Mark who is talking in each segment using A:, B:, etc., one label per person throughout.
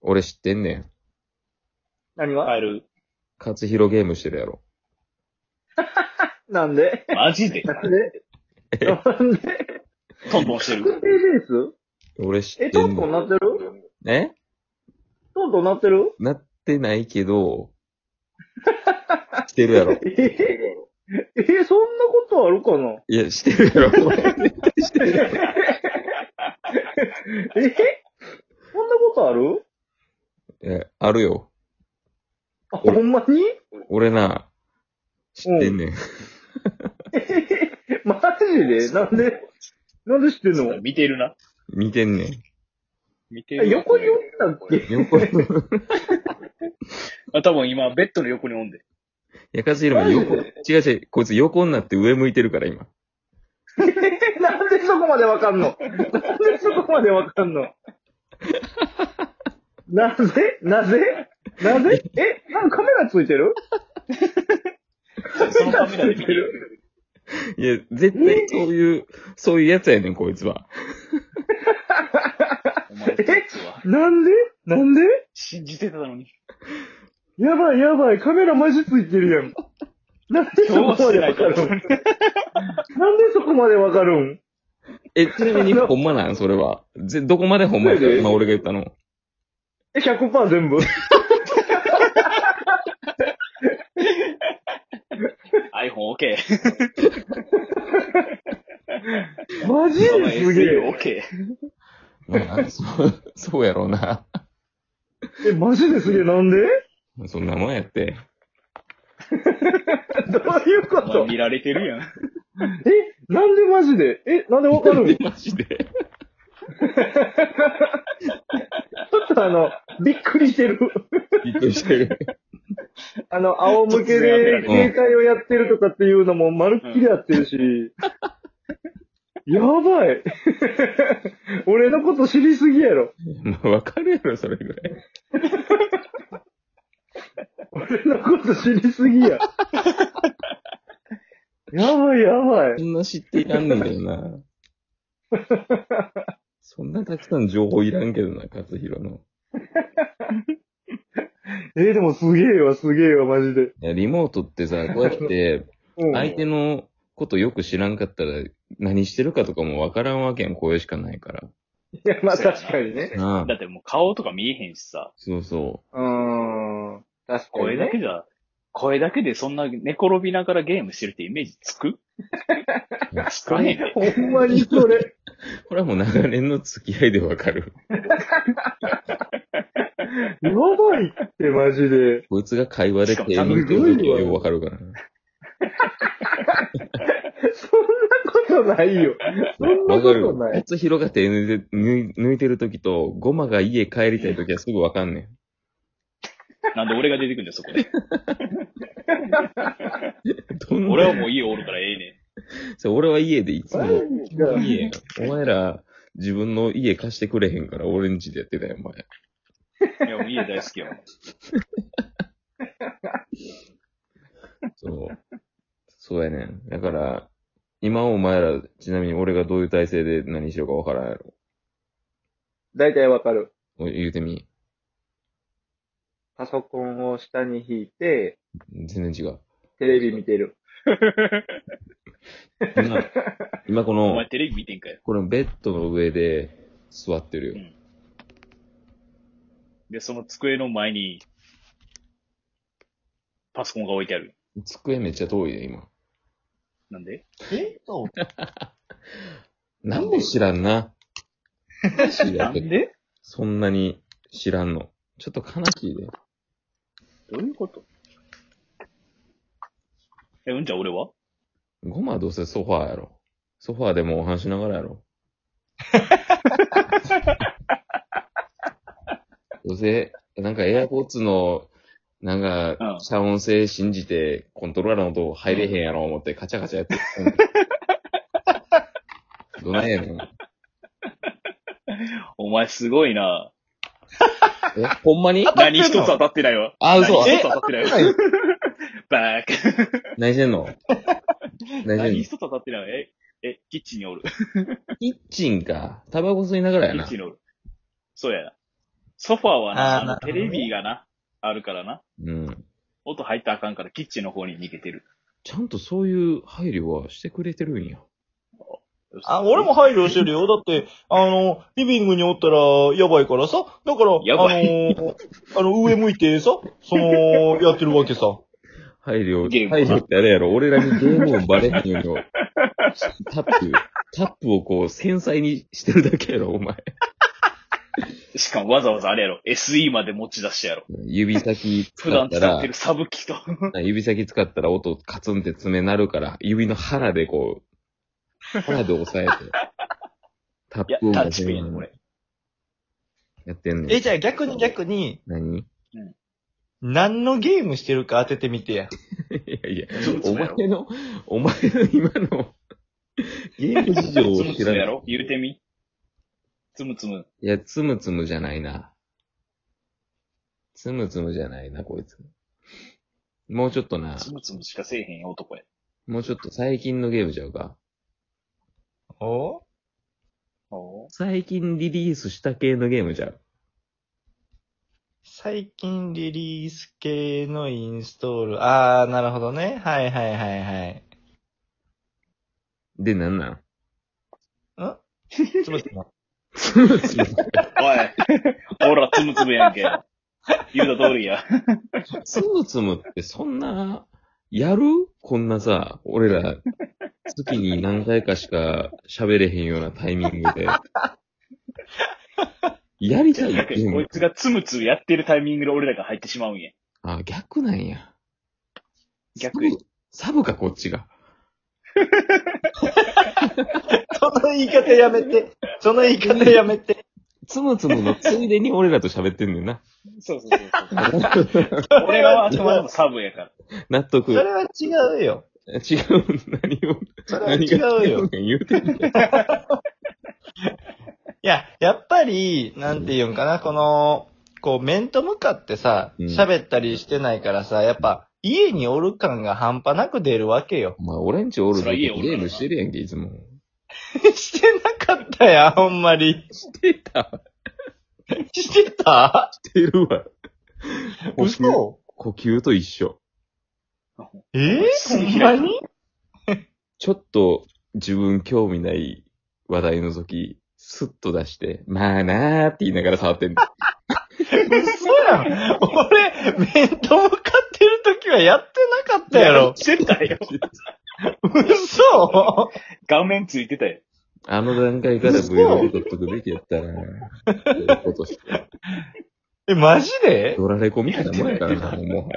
A: 俺知ってんねん。
B: 何
C: 帰
B: が
C: る。
A: 勝弘ゲームしてるやろ。
B: なんで
C: マジで
B: なんでなんで
C: トントンしてる。
B: 特定ベー
A: 俺知
B: スえ、
A: って
B: ト
A: ん
B: ントン
A: の。
B: なってる
A: え
B: トントンなってる
A: なってないけど、 してるやろ。
B: ええ、そんなことあるかない
A: や、してるやろ。これ絶対してるやろ。
B: えそんなことある
A: え、あるよ。
B: あ、
A: 俺
B: ほんまに
A: 俺な、知ってんねん。
B: えへへマジでなんでなんで知ってんの
C: 見てるな。
A: 見てんねん。
C: 見て
B: え
C: る。
B: 横におったっけ
A: 横に、い
C: あ、多分今、ベッドの横におんで。
A: や、勝弘も横、
B: マ
A: 違う違う、こいつ横になって上向いてるから今。
B: え なんでそこまでわかんの なんでそこまでわかん のなぜなぜなぜえ、なんかカメラついてる
C: そのカメラで見てる。
A: いや、絶対そういう、そういうやつやねん、こいつは。
C: お前たちは。
B: なんでなんで
C: 信じてたのに。
B: やばいやばい、カメラマジついてるやん。なんでそこ
C: 今日
B: まで
C: してない
B: わ
C: か
B: かる
C: ら。
B: んなんでそこまでわかるん
A: え、ちなみに、 ほんまなんそれは。ぜ、どこまでほんまやった
B: そうやで
A: 今俺が言ったの。
B: え、100%全部
C: iPhone OK。
B: マジですげえ。
C: OK。
A: まあ、そう、そうやろうな。
B: え、マジですげえ、なんで
A: そんなもんやって。
B: どういうこ
C: お前
B: と
C: 見られてるやん。
B: え、なんでマジでえ、なんでわかるん
A: で、マジで。
B: ちょっとあの、びっくりしてる。
A: びっくりしてる。
B: あの、仰向けで携帯をやってるとかっていうのもまるっきりやってるし。やばい。 俺のこと知りすぎやろ。
A: まあ、わかるやろ、それぐらい。
B: 俺のこと知りすぎや。やばいやばい
A: そ。んな知っていらんねんけどな。そんなたくさん情報いらんけどな、勝弘の。
B: えーでもすげえわ、すげえわ、マジで。
A: いや、リモートってさ、こうやって、
B: うん。
A: 相手のことよく知らんかったら、何してるかとかもわからんわけやん、声しかないから。
B: いや、まあ確かにね。
A: な
C: だ
A: あ、
C: ってもう顔とか見えへんしさ。
A: そうそう
B: ーん。確か
C: 声
B: にね
C: だけ。じゃ、声だけでそんな寝転びながらゲームしてるってイメージつくつかねえね。
B: ほんまにそれ。
A: う。これはもう長年の付き合いでわかる。
B: やばいって、マジで。
A: こいつが会話で
C: しかも
A: ゲームしてる時はようわかるからな。
B: そんなことないよ。そんな
A: わ
B: こ
A: かる
B: と
A: よ。
B: ない。
A: 勝弘が手抜いて抜い抜いてる時と、ゴマが家帰りたい時はすぐわかんねん。
C: なんで俺が出てくんだよ、そこで。
A: どんな
C: 俺はもう家おるからええねん。
A: そう俺は家でいつも
B: マ。ジか
A: 家お前ら、自分の家貸してくれへんから、俺ん家でやってたよ、お前。
C: いや、もう家大好きよ。
A: そう。そうやねん。だから、今お前ら、ちなみに俺がどういう体勢で何しようかわからんやろ。
B: 大体わかる。
A: お言うてみ。
B: パソコンを下に引いて、
A: 全然違う。
B: テレビ見てる。
A: 今、今こ
C: お
A: の
C: 前、テレビ見てんかよ。
A: このベッドの上で座ってるよ。
C: で、その机の前に、パソコンが置いてある。
A: 机めっちゃ遠いね、今。
C: なんで
D: えっと、
A: 何も知らんな。知らんけど
C: で
A: そんなに知らんの。ちょっと悲しいで。
C: どういうことえ、うんちゃん俺は
A: ゴマはどうせソファーやろ。ソファーでもお話しながらや ろ。どうせ、なんかエアポッツの、なん
C: う
A: か
C: ん、
A: 遮音性信じて、コントローラーの音入れへんやろ思って、カチャカチャ やってる。どないやねん。
C: お前すごいな。
A: え、ほんまに
C: 何一つ当たってないわ。
A: あ、嘘
C: 何
A: え
C: 一つ当たってないわ。 バーカ。
A: 何してんの何し
C: 何一つ当たってないわ。え、え、キッチンにおる。
A: てんのキッチンか。タバコ吸いながら
C: キ
A: やな
C: ッチ。ンにおる。そうやな。ソファーはな、
B: あー
C: あの
B: なるほ
C: テ
B: どね
C: レビがな、あるからな。
A: うん。
C: 音入ったらあかんからキッチンの方に逃げてる。
A: ちゃんとそういう配慮はしてくれてるんや。
B: あ、俺も配慮してるよ。だって、あの、リビングにおったら、やばいからさ。だから、
C: やば
B: あの、あの、上向いてさ、その、やってるわけさ。
A: 配慮、
C: ゲーム
A: 配慮ってあれやろ。俺らにゲームをバレへんように、タップ、タップをこう繊細にしてるだけやろ、お前。
C: しかもわざわざあれやろ。SE まで持ち出してやろ。
A: 指先
C: 普
A: 使
C: 段
A: った
C: 使っ
A: ら
C: て、るサブ機と。
A: 指先使ったら音カツンって爪鳴るから、指の腹でこう、腹で押さえて、タ
C: いや
A: ップ、を
C: タッチペンやね、これ。
A: やってんね
B: え、
A: ん。
B: じゃあ逆に逆に、
A: 何い
B: 何のゲームしてるか当ててみてや。
A: やいや、
C: つぶつ
A: お
C: ぶやろ
A: 前の、お前の今の、ゲーム事情
C: つ
A: を
C: む
A: 知
C: つ
A: ら
C: む
A: な
C: や
A: い。
C: ろ言うてみ。つむつむ。
A: いや、つむつむじゃないな。つむつむじゃないな、こいつ。もうちょっとな、
C: つむつむしかせえへんよ、男や。
A: もうちょっと最近のゲームちゃうか。
B: お
C: お
A: 最近リリースした系のゲームちゃう。
B: 最近リリース系のインストール。あー、なるほどね。はいはいはいはい。
A: で、なん なん
B: つぶつぶ
A: つむつむ。
C: い。ほら、つむつむやんけ。言うた通りや。
A: つむつむってそんな、やるこんなさ、俺ら、月に何回かしか喋れへんようなタイミングで。やりたい
C: なんか
A: ゲー
C: こい
A: ム。
C: つがつむつむやってるタイミングで俺らが入ってしまうんや。
A: あ、逆なんや。
C: 逆に。
A: サブか、こっちが。
B: その言い方やめて。その言い方やめて。
A: つむつむのついでに俺らと喋ってんね んな。
C: そうそうそうそう。俺らはあくまでもサブやから。
A: 納
B: そ
A: 得。違
B: れ
A: う。
B: は違うよ。
A: 何を、
B: それは
A: 何が
B: 違うよ。
A: 言うてんねん
B: いや、やっぱり、なんて言うんかな、この、こう、面と向かってさ、
A: うん
B: 喋ったりしてないからさ、やっぱ、家におる感が半端なく出るわけよ。
A: お前、俺んちおる
C: そ
A: ぞ。
C: ら
A: ゲ
C: 家おるから
A: ームしてるやんけ、いつも。
B: してなかったやん、ほんまに。
A: してた。
B: してた
A: してるわ。呼吸、
B: 嘘
A: 呼吸と一緒。
B: えー、ほんまに
A: ちょっと自分興味ない話題の時、スッと出して、まあなーって言いながら触ってんの。
B: 嘘やん。俺、面と向かってる時はやってなかったやろ。
C: してたよ。
B: 嘘
C: 画面ついてたよ。
A: あの段階から
B: 嘘
A: VO 取っとくべきやったな。そういうことして。
B: え、マジで
A: ドラレコみたいなもんやからな、もう。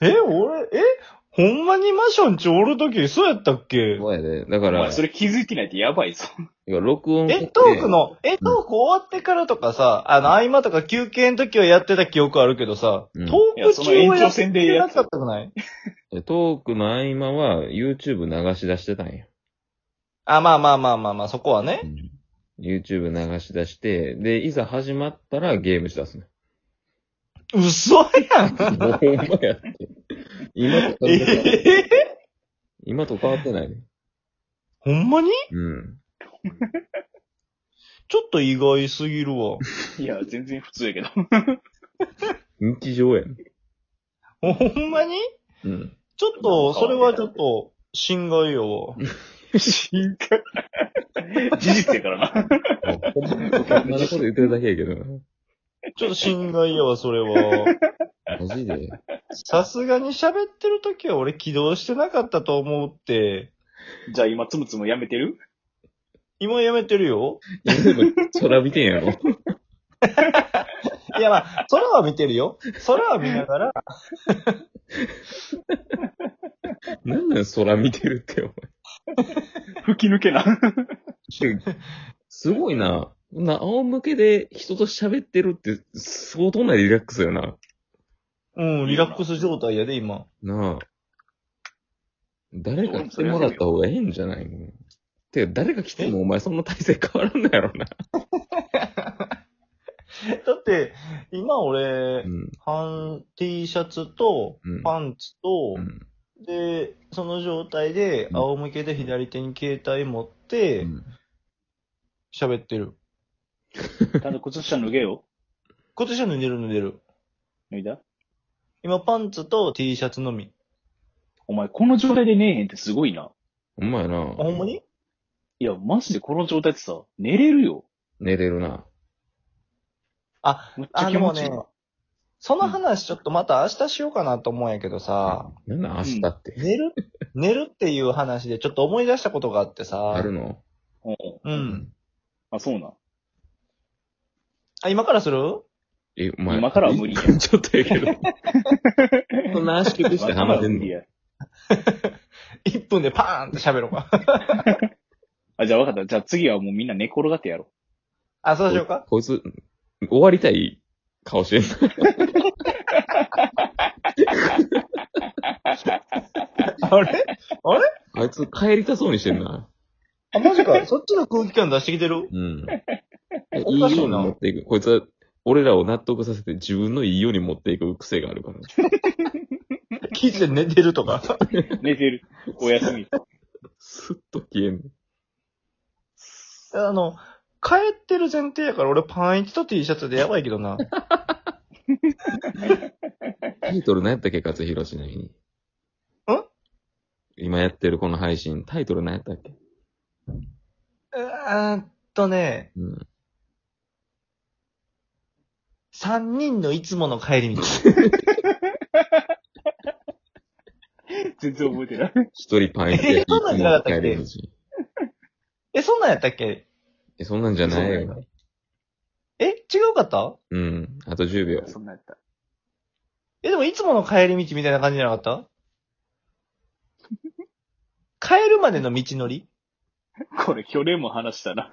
B: え、俺、え、ほんまにマションちおる時そうやったっけ
A: そうやで。だか
C: お
A: ら
C: 前、、それ気づいてないってやばいぞ。
A: いや録音
B: え、トークの、え、トーク終わってからとかさ、あの、合間とか休憩の時はやってた記憶あるけどさ、
A: うん
B: トーク中はやってなかったくない
A: えトークの合間は YouTube 流し出してたんや。
B: あ、まあまあまあまあまあ、そこはね。
A: YouTube 流し出して、で、いざ始まったらゲームし出す ね。
B: 嘘やん
A: もうほんまやって。今と変わってない。今と変わってな
B: えー
A: いね。
B: ほんまに
A: うん。
B: ちょっと意外すぎるわ。
C: いや、全然普通やけど。
A: 日常やん。
B: ほんまに
A: うん。
B: ちょっと、それはちょっと、心外よ。
C: 進化。事実やからな。
A: ほんまにほんまのこと言ってるだけやけどな。
B: ちょっと心外やわ、それは。
A: マジで。
B: さすがに喋ってる時は俺起動してなかったと思うって。
C: じゃあ今つむつむやめてる
B: 今やめてるよ
A: いや、でも、空見てんやろ。
B: いやまあ、空は見てるよ。空は見ながら、
A: なんなん空見てるって、お
C: 吹き抜けな。
A: 前。すごいな。こんな、仰向けで人と喋ってるって、相当なリラックスよな。
B: うん、リラックス状態やで、今。
A: なあ。誰か来てもらった方がええんじゃないのてか、誰か来てもお前そんな体勢変わらんのやろな。
B: だって、今俺
A: う、ん。
B: 半 T シャツと
A: うん、
B: パンツと
A: う、ん。
B: で、その状態で
A: う、ん
B: 仰向けで左手に携帯持っ
A: う
B: て、
A: ん
B: 喋ってる。
C: ただ靴下脱げよ。
B: 靴下脱いでる脱いでる。
C: 脱いだ
B: 今パンツと T シャツのみ。
C: お前、この状態で寝えへんってすごいな。
A: ほんまやな。
B: あ、ほんまに
C: いや、マジでこの状態ってさ、寝れるよ。
A: 寝れるな。
B: あ、
C: むっちゃ気持ちいい
B: あでも
C: わ。
B: その話ちょっとまた明日しようかなと思うんやけどさ、
A: なんなん明日って。
B: 寝る寝るっていう話でちょっと思い出したことがあってさ、
A: あるの
C: うん
B: う。。
A: うん
C: あ、そうなん。
B: あ、今からする
A: え、お前。
C: 今からは無理や
A: ちょっとやけ ど。そんな圧縮して
C: ま
A: 話
C: だ
A: せん
C: 無
A: の
C: 理や。
B: ?1 分でパーンって喋ろう か。
C: あ、じゃあ分かった。じゃあ次はもうみんな寝転がってやろ
B: あ、そうしようか。
A: こいつ、終わりたい顔してんの。
B: あれ
A: あいつ帰りたそうにしてんな。
B: あ、マジ か。そっちの空気感出してきてる
A: うん。いい
B: おかしい
A: よ
B: な
A: うに持っていく。こいつは、俺らを納得させて自分のいいように持っていく癖があるから。
B: 聞いて寝てると か。
C: う。寝てる。おやすみ。
A: すっと消えんの。
B: あの、帰ってる前提やから俺パンイチと T シャツでやばいけどな。
A: タイトル何やったっけ、勝弘ちなみに。ん今やってるこの配信、タイトル何やったっけ
B: うーんとね、
A: うん。
B: 三人のいつもの帰 り道。
C: 全然覚えてない。
A: 一人パン焼き
B: えそんなんじゃなかったっけ
A: いつも帰り道
B: え、そんなんやったっけ
A: え、そんなんじゃない
B: そんなん
A: よ。
B: え、違うかった
A: うん。あと10秒。
C: そんなんやった。
B: え、でもいつもの帰り道みたいな感じじゃな かった帰るまでの道のり
C: これ、去年も話したな。